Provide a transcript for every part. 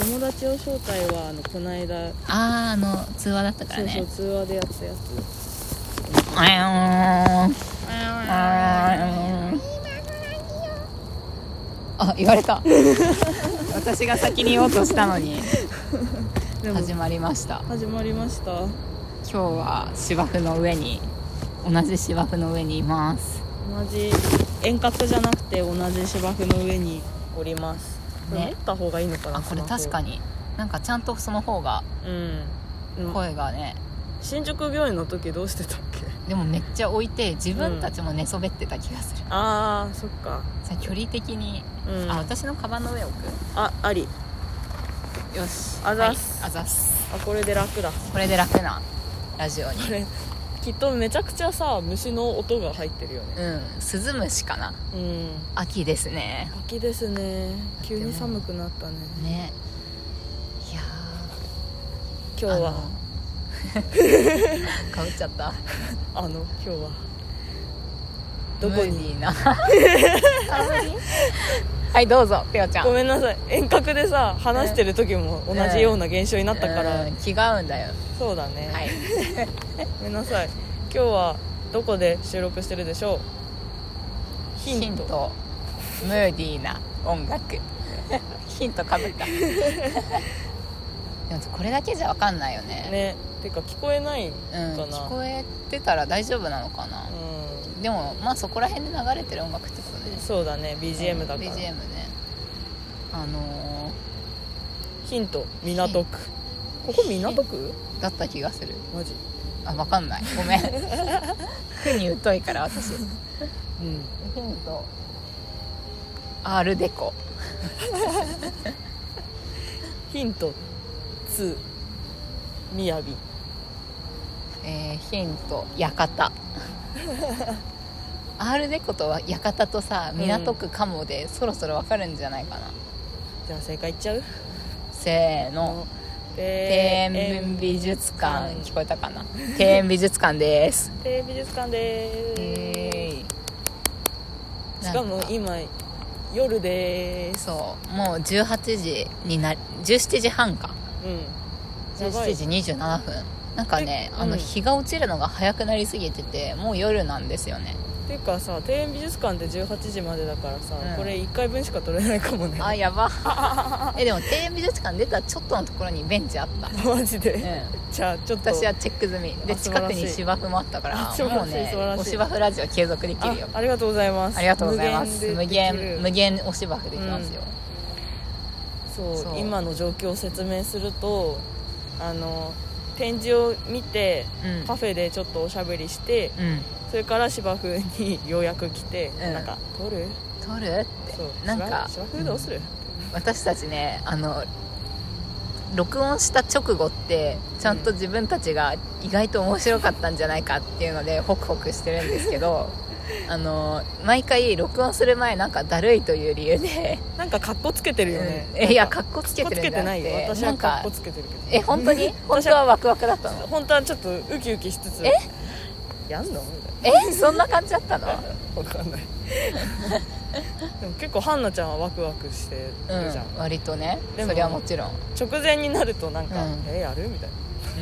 友達を招待はあのこの間あーあの通話だったからそうそねう通話でやったやあーあ言われた 私が先に言おうとしたのにつでも 始まりました始まりました今日は芝生の上に同じ芝生の上にいます同じ遠隔じゃなくて同じ芝生の上におりますこれね持った方がいいのかなあこれ確かにになんかちゃんとその方がうんうん声がね新宿御苑の時どうしてたっけでもめっちゃ置いて自分たちも寝そべってた気がする、ああそっかじゃあ距離的に、うんあ私のカバンの上置くあありよしあざっすはいあざっすあこれで楽だこれで楽なラジオにこれきっとめちゃくちゃさ虫の音が入ってるよねうんスズムシかなうん秋ですね秋ですね急に寒くなったねねいやー今日はあの かぶっちゃったあの今日はどこムーデにィー なはいどうぞペオちゃんごめんなさい遠隔でさ話してる時も同じような現象になったから、うん気が合うんだよそうだね、はいごめんなさい今日はどこで収録してるでしょうヒントムーディーな音楽 ヒントかぶった でもこれだけじゃ分かんないよねねてか聞こえないうん、かな聞こえてたら大丈夫なのかな、でもまあそこら辺で流れてる音楽ってことうんねそうだね BGM だから、 BGM ねあのヒント港区ここ港区ー、だった気がするマジあ分かんないご めん区に疎いから私ヒうんントアールデコヒント2みやびえーヒント 館アールデコとは館とさ港区かもで、そろそろわかるんじゃないかなじゃあ正解いっちゃうせーの庭庭園美術館うん聞こえたかな庭園美術館です庭園美術館でえすしかも今夜ですそうもう18時にな17時半かうんやばい17時27分なんかね、えあのうん日が落ちるのが早くなりすぎててもう夜なんですよねていうかさ庭園美術館って18時までだからさ、うんこれ1回分しか取れないかもねあやば えでも庭園美術館出たちょっとのところにベンチあった、 マジで、うん、じゃあちょっと私はチェック済みであ素晴近らくしいに芝生もあったから あ素晴らしいもうね素晴らしいお芝生ラジオ継続できるよあありがとうございますありがとうございます無無限限でできる無限お芝生できますよ、そうそう今の状況を説明するとあの展示を見てうんカフェでちょっとおしゃべりして、うんそれから芝生にようやく来て、うんなんか撮る撮るってそうなんか芝芝生どうする、私たちねあの録音した直後ってちゃんと自分たちが意外と面白かったんじゃないかっていうのでホクホクしてるんですけ どあの毎回録音する前なんかだるいという理由で、なんか格好つけてるよね、うんえいやかっかっこつけてるんじゃなくてないよ私なはんかっかこつけてるけえ本当に 本当はワクワクだったどの本当はちょっとウキウキしつつえやんのみたいえそんな感じだったのなわか んないでも結構ハンナちゃんはワクワクしてるじゃん、うん割とねでもそれはもちろん、う直前になるとなんか、うんえやるみたい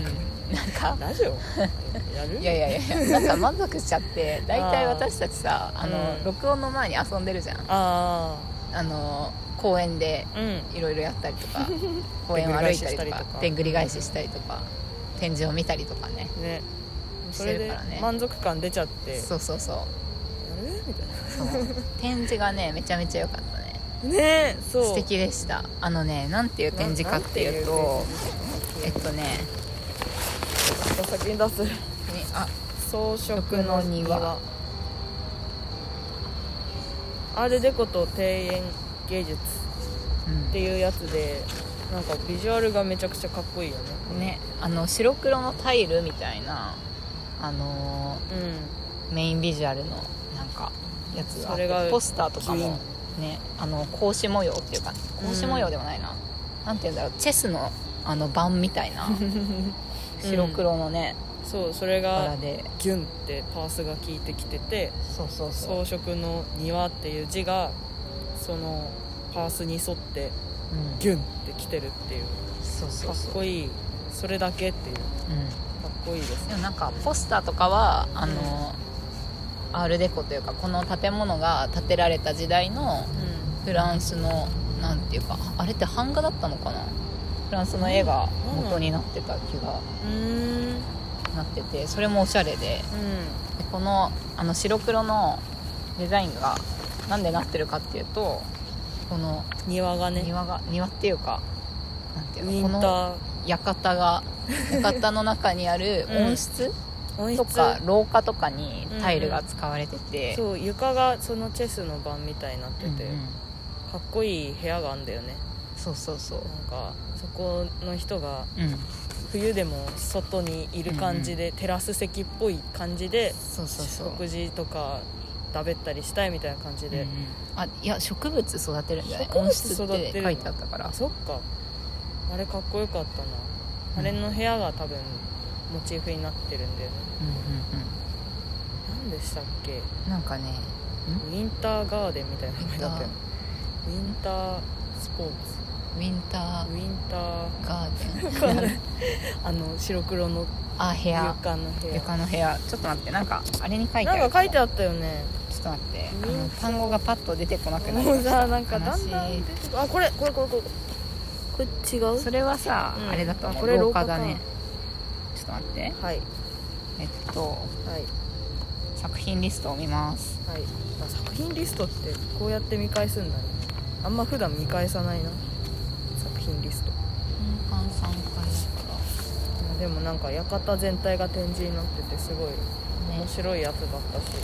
ん、なんかなラジオやるいやいやいやなんか満足しちゃって大体私たちさあの、うん録音の前に遊んでるじゃんああの公園であうんいろいろやったりと か公園を歩いたりとかででんんぐぐりり返返しししたりとか展示を見たりとかねねしそてれるでからね満足感出ちゃってそうそうそやるみたいうそう展示がねめちゃめちゃ良かったねなねえそう素敵でしたあのねなんていう展示かっていうとえっとねお先に出すにあ装飾食のの庭アールデコと庭園芸術っていうやつでなんかビジュアルがめちゃくちゃかっこいいよねうんねあの白黒のタイルみたいなあのーうメインビジュアルのなんかやつがあっそれがてポスターとかギュイもンねあの格子模様っていうか格子模様でもないな、なんて言うんだろうチェスのあの盤みたい な白黒のね、んそうそれ柄がでギュンってパースが効いてきててそうそうそう装飾の庭っていう字がそのパースに沿ってうんギュンってきてってるっていうそうそかうっそうこいいそれだけっていうかうんっこいいですでもなんかポスターとかはあの、アールデコというかこの建物が建てられた時代のフランスのなんていうかあれって版画だったのかなフランスの絵が元になってた気がうんうんなっててそれもおしゃれででこのあの白黒のデザインがなんでなってるかっていうとこの庭がね庭が庭っていうかなんてウいィうのこンのター館が館の中にあ る温室温と室か廊下とかにタイルが使われてて。そう床がそのチェスの盤みたいになってて、うんうんかっこいい部屋があんだよねそうそうそうなんかそこの人がうん冬でも外にいる感じで、テラス席っぽい感じでそうそうそう食事とかだべったりしたいみたいな感じうで、んうんあいや植物育てるんじゃない植物温室っ育てるての書いてあったからあそっかあれかっこよかったな、あれの部屋が多分モチーフになってるんだよねうんうん何でしたっけうんなんかねウィンターガーデンみたいな名前だったよねウィンタースポーツウィンターウィンターガーわかんデなンいあの白黒のあ部屋床の部屋床の部屋ちょっと待ってなんかあれに書いてあるなんか書いてああったよねちょっと待ってあウィのンター単語がパッと出てこなくなりもまうしさたなんかだんだん悲し出いてくるあこれこれこれこれこれ違うそれはさ、うんあれだとあ思こうれ廊下だ廊ね下ちょっかと待ってはいえっとはい作品リストを見ますはいあ作品リストってこうやって見返すんだねあんま普段見返さないな作品リスト本館3階だかあでもなんか館全体が展示になっててすごいら面白いやつだったし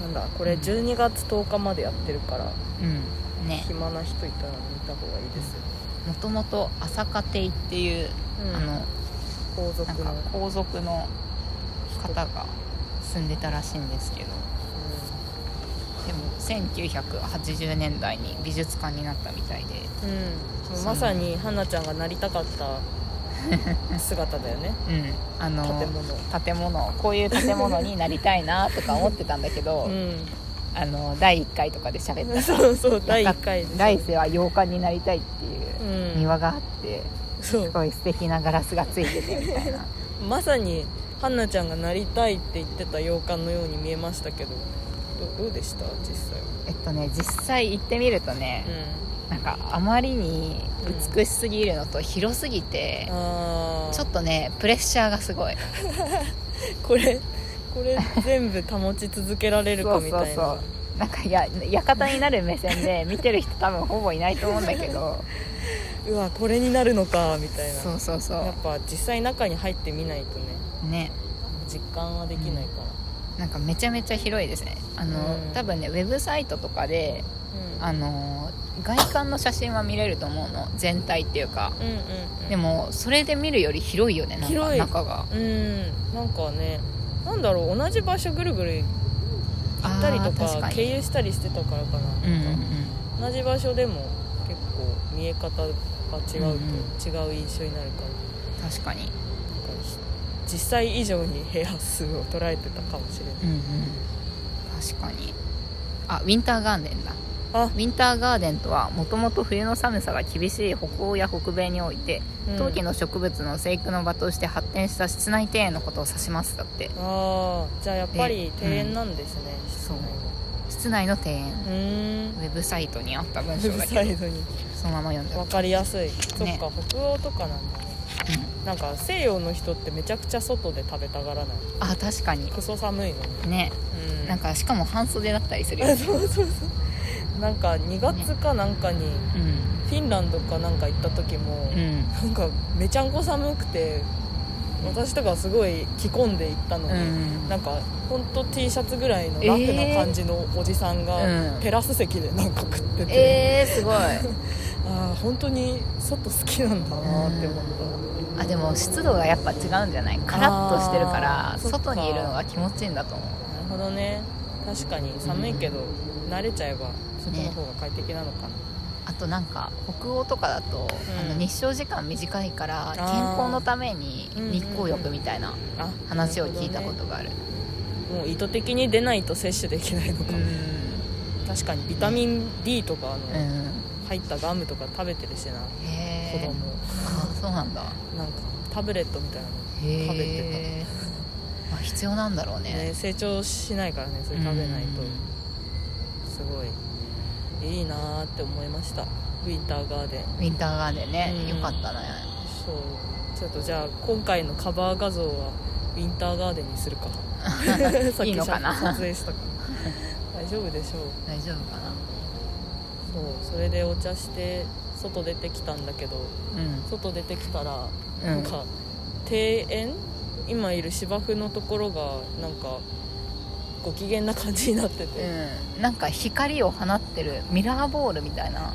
なんだこれ12月10日までやってるからうんね暇な人いたら見た方がいいですよもともと朝霞亭っていう、うんあの皇族なんの、か皇族の方が住んでたらしいんですけどでも1980年代に美術館になったみたいでうんうん、もうまさに花ちゃんがなりたかった姿だよねうん あの建物建物こういう建物になりたいなとか思ってたんだけ ど、うあの第1回とかで喋っんた そうそう第1回「来世は洋館になりたい」っていううん庭があってそうすごい素敵なガラスがついててみたい なまさにハンナちゃんがなりたいって言ってた洋館のように見えましたけどどどうでした実際えっとね実際行ってみるとね、うなんかあまりに美しすぎるのと広すぎてん、ああちょっとねプレッシャーがすごいこれこれ全部保ち続けられるそかうみそたういそなうなんかや館になる目線で見てる人多分ほぼいないと思うんだけどうわこれになるのかみたい そなうそうそやっぱ実際中に入ってみないとねうね実感はできないかなら、んかめちゃめちゃ広いですねあの、うん多分ねウェブサイトとかであの外観の写真は見れると思うの全体っていうかうんうんうんでもそれで見るより広いよねなんか広い中がうんなんかねなんだろう同じ場所ぐるぐる行ったりとあー確かかに経由したりしてたからかなうんうんうん同じ場所でも結構見え方が違うと、うんうん違う印象になるから確かになんかひ実際以上に部屋数を捉えてたかもしれないうんうん確かにあウィンターガーデンだあウィンターガーデンとはもともと冬の寒さが厳しい北欧や北米においてうん冬季の植物の生育の場として発展した室内庭園のことを指しますだってああじゃあやっぱり庭園なんですね、室内室内の庭園のうーウんェブサイトにあった文ウ章ェブだ サけイどドにそのまま読んだ分かりやすい、そっねか北欧とかなんだねうんなんか西洋の人ってめちゃくちゃ外で食べたがらないあ確かにクソ寒いのにねうんなんかしかも半袖だったりするよあね そうそうそうなんか2月かなんかにフィンランドかなんか行った時も、うんうんなんかめちゃんこ寒くて私とかすごい着込んで行ったのうに、んなんかほんと T シャツぐらいのラフな感じのおじさんえーうがんテラス席でなんか食ってて、えー、すごいああ本当に外好きなんだなって思った、あでも湿度がやっぱ違うんじゃないカラッとしてるからあーそっか外にいるのが気持ちいいんだと思うなるほどね確かに寒いけど、慣れちゃえばそこの方が快適なのかな、あとなんか北欧とかだと、うんあの日照時間短いからー健康のために日光浴みたいなあ話を聞いたことがあるもう意図的に出ないと摂取できないのか、うん確かにビタミン D とかあの、うん入ったガムとか食べてるしなへ子え供あそうなんだなんかタブレットみたいなのへえ食べてまあ必要なんだろうた、ねね成長しないからねそれ食べないとうんすごいいいなーって思いましたウィンターガーデンウィンターガーデンねうよんかったねそうちょっとじゃあ今回のカバー画像はウィンターガーデンにするかさっ いいきのかな撮影したから大丈夫でしょう大丈夫かなそうそれでお茶して外出てきたんだけどうん外出てきたら、うんなんか庭園今いる芝生のところがなんかご機嫌な感じになってて、うん、なんか光を放ってるミラーボールみたいな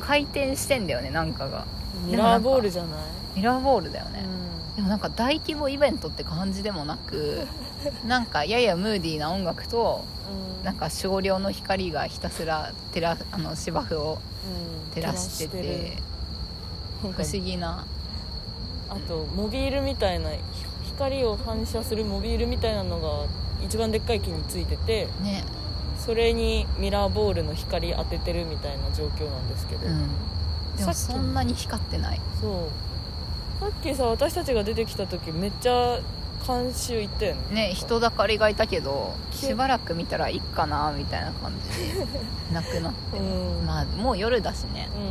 回転してんだよねなんかがミラーボールじゃない、ミラーボールだよね、うでもなんか大規模イベントって感じでもなく なんかややムーディーな音楽とんうんなんか少量の光がひたすら照らあの芝生をうん照らしてて照らしてるなん不か思議なあとモビールみたいなひ光を反射するモビールみたいなのが一番でっかい木についててねそれにミラーボールの光当ててるみたいな状況なんですけど、うんでさもっきそんなに光ってないそうさっきさ私たちが出てきた時めっちゃ監修行ったよねね人だかりがいたけどきゅしばらく見たらいっかなみたいな感じで なくなってうん、まあもう夜だしねうん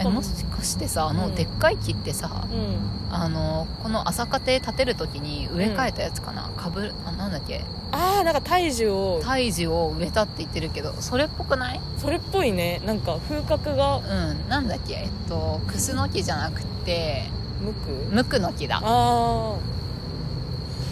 えもしかしてさあうのんでっかい木ってさ、うんあのこの朝霞亭建てる時に植え替えたやつかな、かぶあなんだっけああなんか体重を胎児を植えたって言ってるけどそれっぽくないそれっぽいねなんか風格がうんなんだっけえっとクスノキじゃなくて向くムクノキだあなあ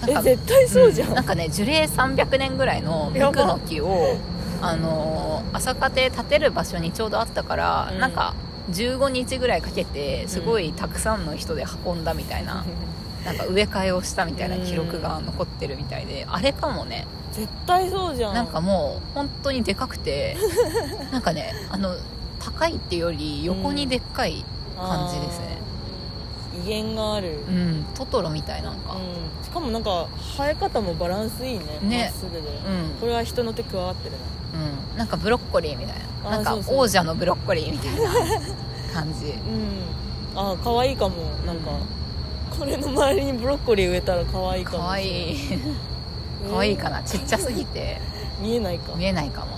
んえか絶対そうじゃん、うんなんかね樹齢300年ぐらいのムやクばノキをあのー朝霞亭建てる場所にちょうどあったから、うんなんか15日ぐらいかけてすごいたくさんの人で運んだみたいな,、なんか植え替えをしたみたいな記録が残ってるみたいで、あれかもね絶対そうじゃんなんかもう本当にでかくて なんかねあの高いっていうより横にでっかい、感じですねあー威厳がある、うんトトロみたいなんか、うんしかもなんか生え方もバランスいいねねまっすぐで、うんこれは人の手加わってるうんなんかブロッコリーみたいなあなんかそうそう王者のブロッコリーみたいな感 じなうんああ可愛いかもなんか、これの周りにブロッコリー植えたら可愛いかもかわいいかわいいかな、ちっちゃすぎて見えないか見えないか確か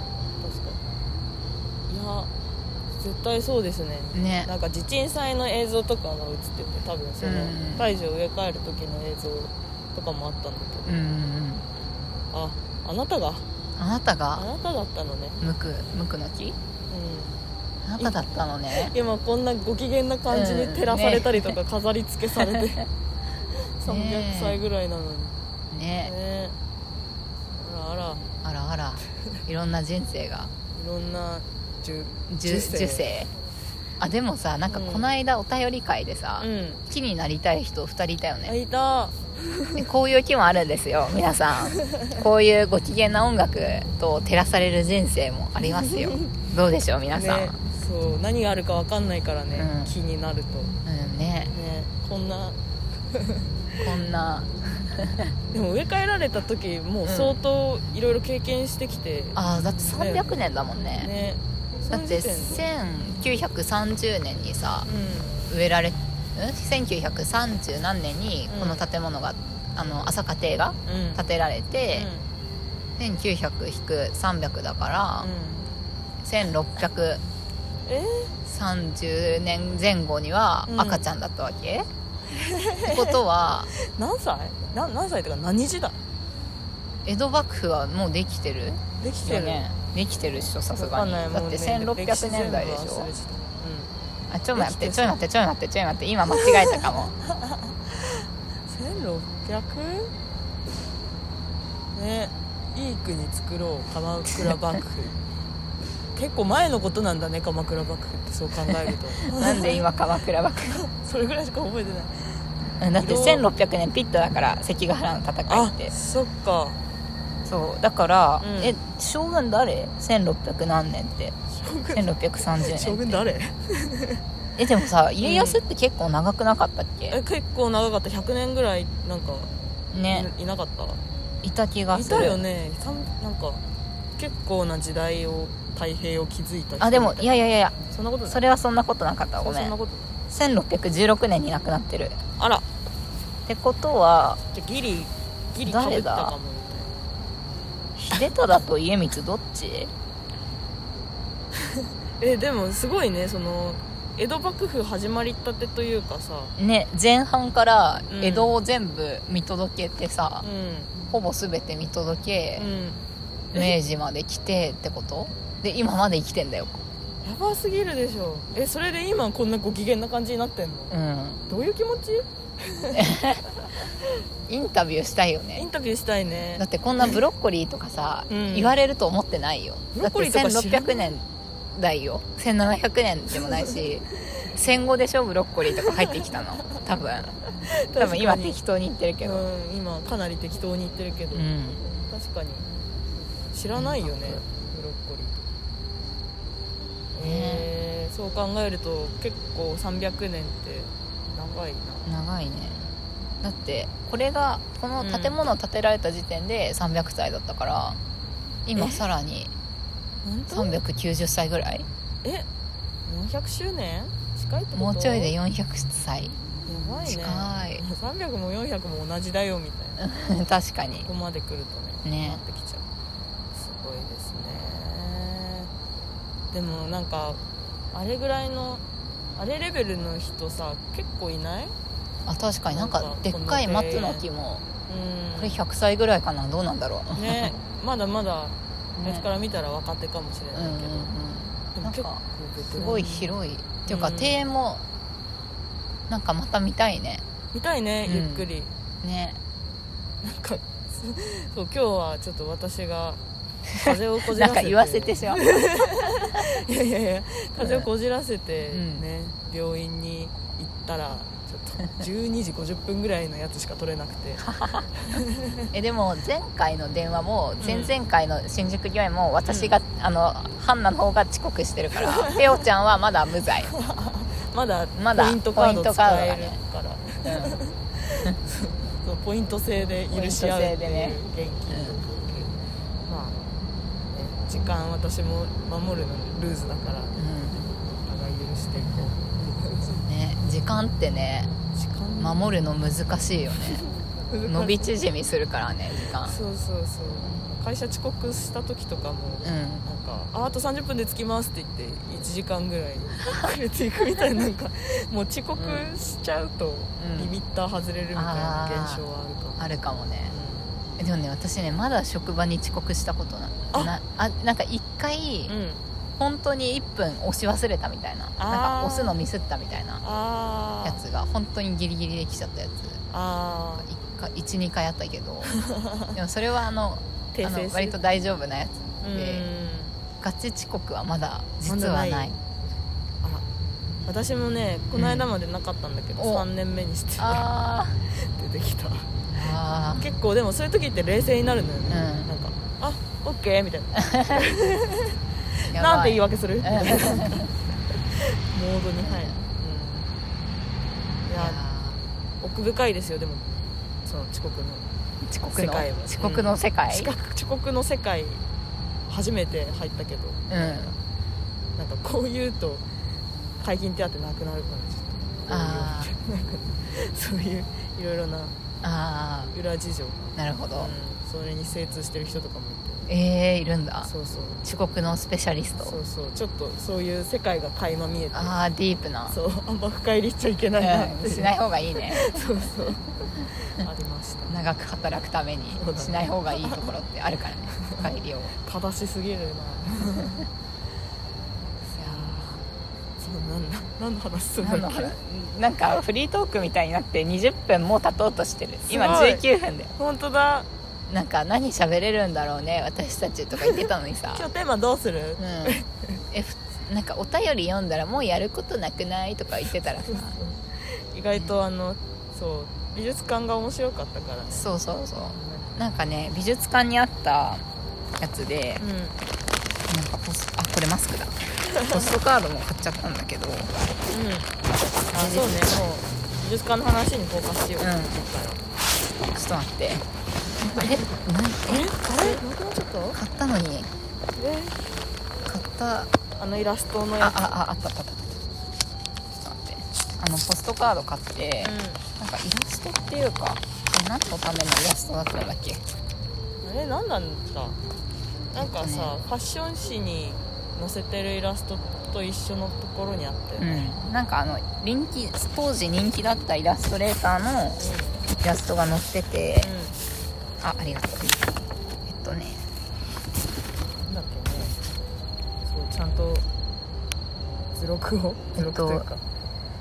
にいや絶対そうですねもねなんか地鎮祭の映像とかが映ってて多分そのうん大樹を植え替える時の映像とかもあったんだけどうんうんうんああなたがあなたあがなただったのねムクムクの木うんあなただったのね今こんなご機嫌な感じに照らされたりとか飾り付け されて、300歳ぐらいなのにねねえあらああららあらいろんな人生がいろんな受受受精あでもさなんかうんこの間お便り会でさ、うん木になりたい人2人いたよあねいたでこういう木もあるんですよ皆さんこういうご機嫌な音楽と照らされる人生もありますよどうでしょう皆さん、ねそう何があるか分かんないからね、うん気になるとうんねねこんなこんなでも植え替えられた時もううん相当いろいろ経験してきて、あーだって300年だもんねねだってその時点で1930年にさ植えられん1930何年にこの建物が、あの朝霞亭がうんうん建てられて、う1900-300だからん、 1630うんえ年前後にはうん赤ちゃんだったわけ、ってことは何歳な何歳とか何時だ江戸幕府はもうできてるできてるねできてるっしょさすわかがんに、ないもだうってね1600年代でし歴史全部ょ忘れてたあちょい待ってできてちょい待ってちょい待ってちょい待って今間違えた かも 1600? ねいい国作ろう鎌倉幕 府結構前のことなんだね鎌倉幕府ってそう考える となんで今鎌倉幕府それぐらいしか覚えてないうんだって色1600年ピットだから関ヶ原の戦いあってそっかそうだから、うんえ将軍誰 ?1600 何年って将1630年軍誰えでもさ家康って結構長くなかったっえけ、結構長かった100年ぐらいなんかい,、ねいなかったいた気がいするたよねさんなんか結構な時代を太平を築いた人みたいなあでもいやいやいやいやそんなことないそれはそんなことなかったわそごうめそんなんこと1616年に亡くなってるあらってことはじゃあギリギリかぶったかもみ秀忠と家光どっちたいなえでもすごいねその江戸幕府始まりたてというかさね前半からうん江戸を全部見届けてさう、んほぼ全て見届けう、ん明治まで来てってことで今まで生きてんだよやばすぎるでしょえそれで今こんなご機嫌な感じになってんのうんどういう気持ちインタビューしたいよイねンタビューしたいねだってこんなブロッコリーとかさ、うん言われると思ってないよブロだってッコリーとか知らな1600年代よ1700年でもない し戦後でしょブロッコリーとか入ってきたの多分多分今適当に言ってるけど、うん今かなり適当に言ってるけど、うん確かに知らないよねブロッコリーとかえーそう考えると結構300年って長いな長いねだってこれがこの建物を建てられた時点で300歳だったから、今さらに本390歳ぐらい当え400周年近いってこともうちょいでや400歳ばいね近い300も400も同じだよみたい な確かにここまで来るとねねなってきちゃうすごいですねでもなんかあれぐらいのあれレベルの人さ結構いないあ確かになんかでっかい松の木もうんこれ100歳ぐらいかなどうなんだろうねまだまだね私から見たら若手かもしれ うんうんないけど、でもなん結構かベテランすごい広いっていうかうん庭園もなんかまた見たいね見たいねうんゆっくり、ねなんかすそう今日はちょっと 私が風をこじらなせんてか言わせてしまういやいやいや風邪をこじらせてうんね、病院に行ったらちょ っと12時50分ぐらいのやつしか取れなくてえでも前回の電話も前々回の新宿御苑も私が、あのハンナの方が遅刻してるからペオちゃんはまだ無罪、まだまだポイントカーポインドトカードが使えねるからうんそうポイント制で許し合うっていポイント制う現でね金、まあね時間私も守るのルーズだからお互い許していこううんね、時間ってね時間守るの難しいよね難しい伸び縮みするからね時間そうそうそう会社遅刻した時とかも、うんなんかああと30分で着きますって言って1時間ぐらい遅れていくみたいななんかもう遅刻しちゃうとうんリミッター外れるみたいな現象はあるかも、あるかもねえでもね私ねまだ職場に遅刻したことなあなあなんか一回、うん、うん、本当に1分押し忘れたみたいななんか押すのミスったみたいなあやーつが本当にギリギリできちゃったやつあ12回あったけ どでもそれはあのー訂あ正のす割ると大丈夫なやつうんガチ遅刻はまだ実はないまだないあら私もねこの間までなかったんだけど、うんお3年目にしてあ 出てきたーあー結構でもそういう時って冷静になるのよね、うんなんか「あオッケー」みたいな「やばなんて言い訳する?」みたいなモーうんドに入る、うん、いや奥深いですよでもその遅刻の遅刻世の界は遅刻の世界、遅刻遅刻の世界初めて入ったけどうんなんかこう言うと解禁手当なくなるからあちょっとこういう なんかそういういろいろなあ裏事情、うん、ーなるほどそれに精通してる人とかもいてえー、いるんだそうそう遅刻のスペシャリスそトうそうちょっとそういう世界が垣間見えてああディープなそうあんま深入りしちゃいけないなって うんしない方がいいねそうそうありました長く働くためにそうだねしない方がいいところってあるからね帰 りを正しすぎるな いやーそうなんだ何の話するんだっ何けのなんかフリートークみたいになって20分もう経とうとしてる今すごい19分だよ本当だなんか何喋れるんだろうね私た ちとか言ってたのにさ今日テーマどうするうんえふなんかお便り読んだらもうやることなくないとか言ってたらさ意外とあのそう美術館が面白かったからねそうそうそうなんかね美術館にあったやつでうなんかポスあこれマス クだポストカードも買っちゃったんだけどんうんあそうねもう美術館の話にフォーカスしよう、うん今回ちょっと待ってあれなえはあれなくなっちゃった買ったのにえ買ったあのイラストのあやつあああったあったあったちょっと待ってあのポストカード買って、なんかイラストっていうかえ何のためのイラストだったんだっけうん、あれ何なんだなんかえっとさ、ねファッション誌に載せてるイラストと一緒のところにあったようね、んなんかあの人気当時人気だったイラストレーターのイラストが載っててうんあありがとうえっとねうん、なんだっけねそうちゃんと図録を図録というか、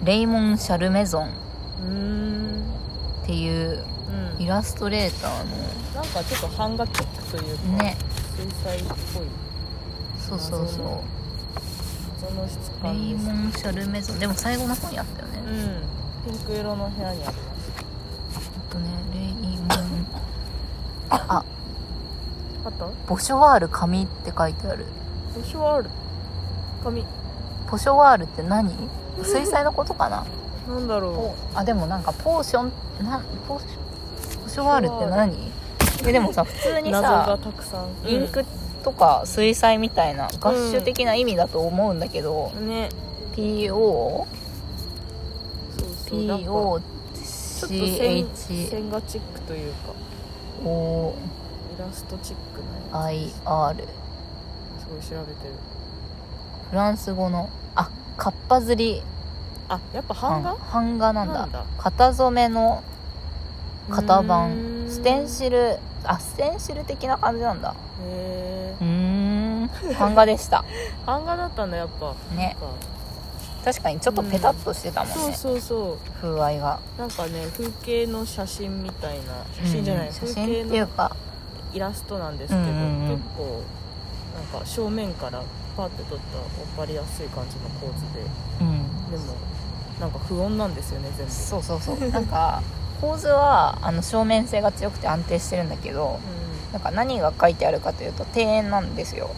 レイモン・シャルメゾンっうーんていううんイラストレーターのなんかちょっと版画チックというか、ね水彩っぽいそうそうそ謎の質うレ感イですモン・シャルメゾンでも最後の方にあったよね、うんピンク色の部屋にありますえっとねレイモンああったポショワール紙って書いてあるボシュワール紙ポショワールって何水彩のこと かななんだろポあでもなんかポーションなんポーションポショワールって何えでもさ普通うに謎がさたくさんインクとか水彩みたいな合種的な意味だと思うんだけど、ね PO? そうそうなんかちょ PO っと線 CHOIR 線画チックというかイラストチックなやつすごい調べてるフランス語のあカッパ釣りあやっぱ版画版画なんなだんだ型染めの型うー番んステンシルあステンシル的な感じなんだへうーん 版画でしたえ版画だったんだやっぱねなんか確かにちょっとペタッとしてたもんね、そうそうそう風合いがなんかね風景の写真みたいな写真じゃない、うん写風景真っていうのかイラストなんですけど、うんうんうん結構なんか正面からパッて撮った分かりやすい感じの構図でうんでもなんか不穏なんですよね全部そうそうそうなんか構図はあの正面性が強くて安定してるんだけどなんか何が書いてあるかというと庭園なんですよ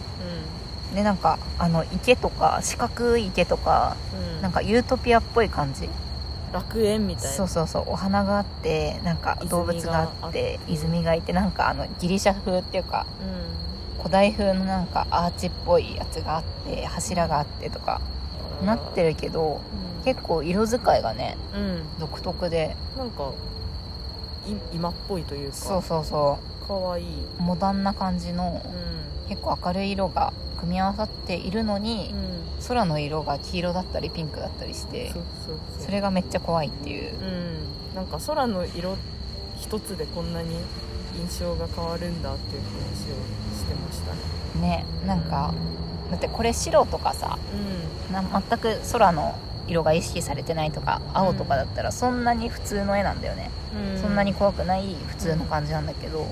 でなんかあの池とか四角い池とかうんうん、なんかユートピアっぽい感じ楽園みたいなそうそうそうお花があってなんか動物があって泉があって泉がいてなんかあのギリシャ風っていうかうん古代風のなんかアーチっぽいやつがあって柱があってとかなってる、るけどうん、結構色使いがねうん独特でなんかい今っぽいというかそうそうそかわいい、うモダンな感じのうん結構明るい色が組み合わさっているのにうん、空の色が黄色だったりピンクだったりしてそうそうそうそれがめっちゃ怖いっていううん、なんか空の色一つでこんなに印象が変わるんだっていう話をしてましたね。ねなんかだってこれ白とかさな全く空の色が意識されてないとか青とかだったらそんなに普通の絵なんだよね、うん、そんなに怖くない普通の感じなんだけど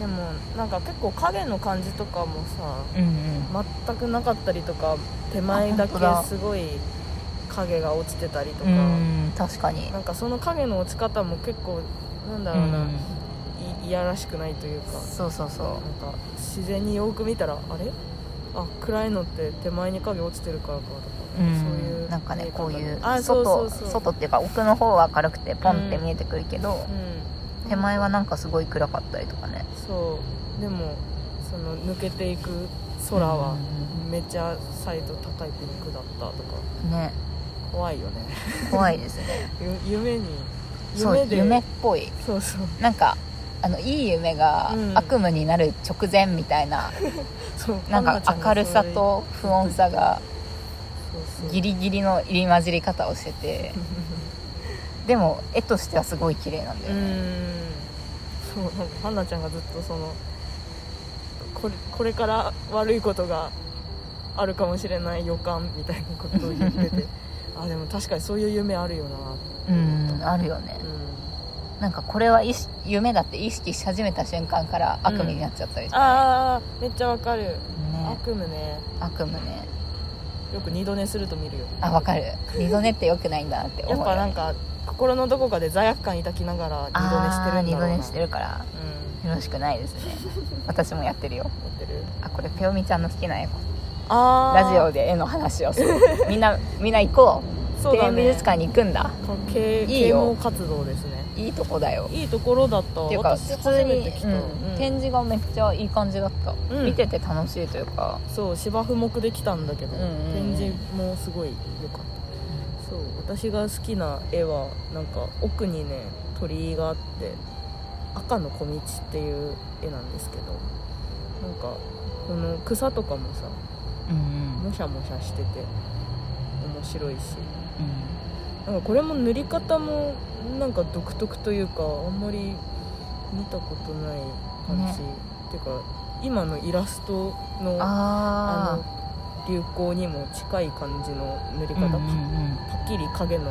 でもなんか結構影の感じとかもさうんうん、全くなかったりとか手前だけあ本当だすごい影が落ちてたりとか、うん確かになんかその影の落ち方も結構なんだろうな、いいやらしくないというかうんそうそうなんそか自然によく見たらあれあ暗いのって手前に影落ちてるからかとか、う、うん、そういうなんかねこういうあ外そうそうそう外っていうか奥の方は明るくてポンって見えてくるけど、うん、手前はなんかすごい暗かったりとかねそうでもその抜けていく空はめっちゃサイド高いピンクだったとかね怖いよね怖いですねゆ夢にそうで夢っぽいそうそうなんかあのいい夢がうん悪夢になる直前みたいな、そうなんかパンダちゃんが明るさそれと不穏さがそうそう ギリギリの入り混じり方をしててでも絵としてはすごい綺麗なんだうよね、んそうなんかハンナちゃんがずっとそのこれこれから悪いことがあるかもしれない予感みたいなことを言って てあでも確かにそういう夢あるよなうんあるよねうんなんかこれは意識夢だって意識し始めた瞬間から悪夢になっちゃったりとか、あーめっちゃわかるね悪夢ね悪夢ねよく二度寝すると見るよあわかる二度寝って良くないんだなって思やうっよぱなんか心のどこかで罪悪感抱きながら二度寝してあるーん二だ度ろうな寝してるからうよろしくないです ね私もやってるよんやってるあこれペオミちゃんの好きな絵あーラジオで絵の話をするみんなみんな行こうそうだ庭ね園美術館に行くんだか啓いい啓よ蒙活動ですねいいとこだよいいところだったっていうか私普初通めに、て来た、うんうん展示がめっちゃいい感じだった、うん見てて楽しいというかそう芝生目で来たんだけど、うんうんうん展示もすごい良かったそう私が好きな絵はなんか奥にね鳥居があって「赤の小道」っていう絵なんですけどなんかこの草とかもさうんもしゃもしゃしてて面白いしなんかこれも塗り方もなんか独特というかあんまり見たことない感じ、ねてか今のイラストのああの流行にも近い感じの塗りあ方、パッキリ影の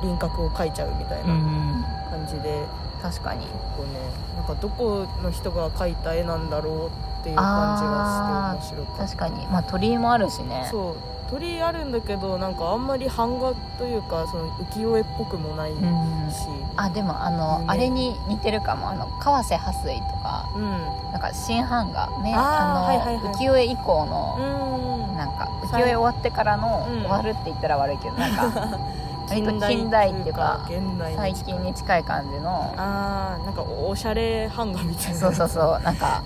輪郭を描いちゃうみたいな感じで、確かに結構ねなんかどこの人が描いた絵なんだろうっていう感じがして面白かっ確かにまあ鳥居もあるしねたそう鳥居あるんだけどなんかあんまり版画というかその浮世絵っぽくもないし、うんあでもあの、ねあれに似てるかもあの川瀬破水とかうんなんか新版画ねあーあの、はいはいはい浮世絵以降うの、んなんか浮世絵終わってからの、うん終わるって言ったら悪いけどなん か割と近代っていうか現代最近に近い感じのああなんかおおしゃれ版画みたいなそうそうそうなんか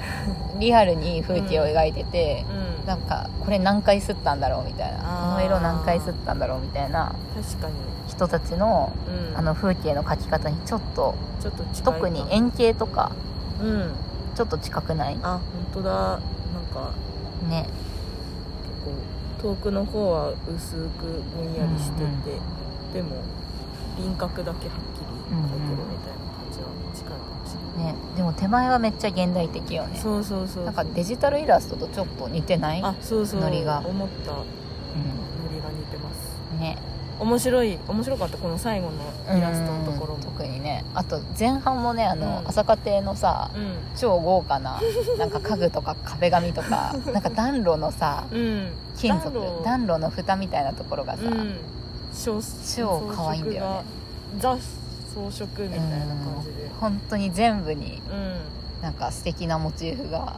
リアルに風景を描いてて、うん、なんかこれ何回すったんだろうみたいなあーこの色何回すったんだろうみたいな確かに、人たちのうん、あの風景の描き方にちょっとちょっと近いか特に円形とかうんちょっと近くないあ本当だなんかね結構遠くの方は薄くぼんやりしてて、うんでも輪郭だけはっきり描いてるみたいな感じは近いかもしれない、ねでも手前はめっちゃ現代的よねそうそうそうなんかデジタルイラストとちょっと似てない、あそうそうノリが思ったノうリが似てますん、ね面白い面白かったこの最後のイラストのところうんも特にねあと前半もねあの、うん朝霞亭のさうん超豪華ななんか家具とか壁紙と かなんか暖炉のさうん金属暖炉暖炉の蓋みたいなところがさ、うん小超可愛いんだよね装飾がザ装飾みたいな感じで本当に全部にうんなんか素敵なモチーフがあっ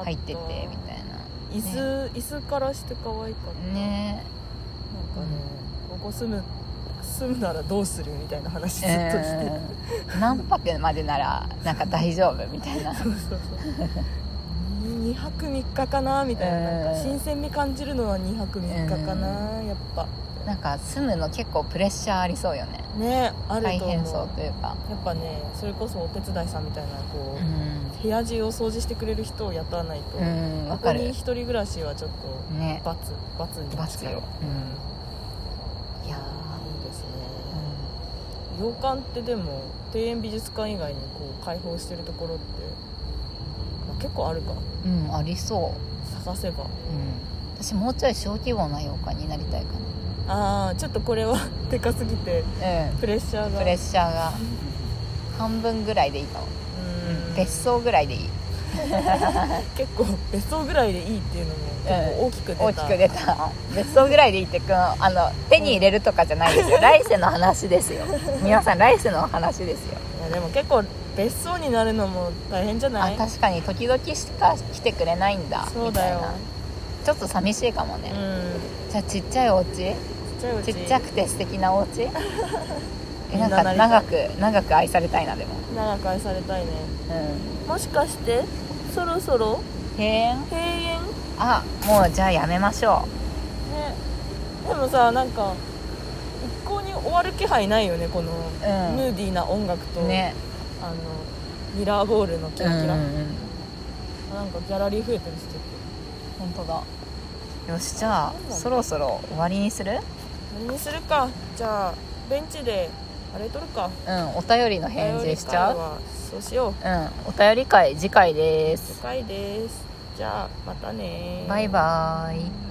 た入っててみたいな椅子、椅子からして可愛かった、ねなんかね、ここ住む住むならどうするみたいな話ずっとして、うん何泊までならなんか大丈夫みたい なそうそうそう2泊3日かなみたいな,、なんうんか新鮮味感じるのは2泊3日かな、やっぱなんか住むの結構プレッシャーありそうよねねある大と思変そううというかやっぱねそれこそお手伝いさんみたいなうこう、ん部屋中を掃除してくれる人を雇わないと、うんわここかにる一人暮らしはちょっねと罰罰にバツいよ、うん、いいややーいいですね、ーうん洋館ってでも庭園美術館以外にこう開放してるところって、まあ結構あるかうん、ありそ探せばう、うん、私もうちょい小規模な洋館になりたいかああちょっとこれは でかすぎてなうんプレッシャーがプレッシャーが半分ぐらいでいいかも、うん別荘ぐらいでいい結構別荘ぐらいでいいっていうのも結構大きく出大きくた、出た別荘ぐらいでいいってこのあの手に入れるとかじゃないですよ来世の話ですよ皆さん来世の話ですよいやでも結構別荘になるのも大変じゃなあい確かに時々しか来てくれないんだそうだよみたいなちょっと寂しいかもうねん、じゃあちっちゃいお家ちっちゃいうちちっちゃくて素敵なお家え みなんんなかなりたい長く長く愛されたいなでも長く愛されたいねうんもしかしてそろそろ閉園閉園あもうじゃあやめましょねでもさなんか一向に終わる気配ないよねこのううんムーディーな音楽と、ねあのミラーボールのキラキラ、うんなんかギャラリー増えてるしちょっ本当だよしじゃあそろそろ終わりにすると何にするかじゃあベンチであれ撮るかうんお便りの返事しちゃお便り会うはそうしよううんお便り会次回で次す回ですじゃあまたねバイバーイ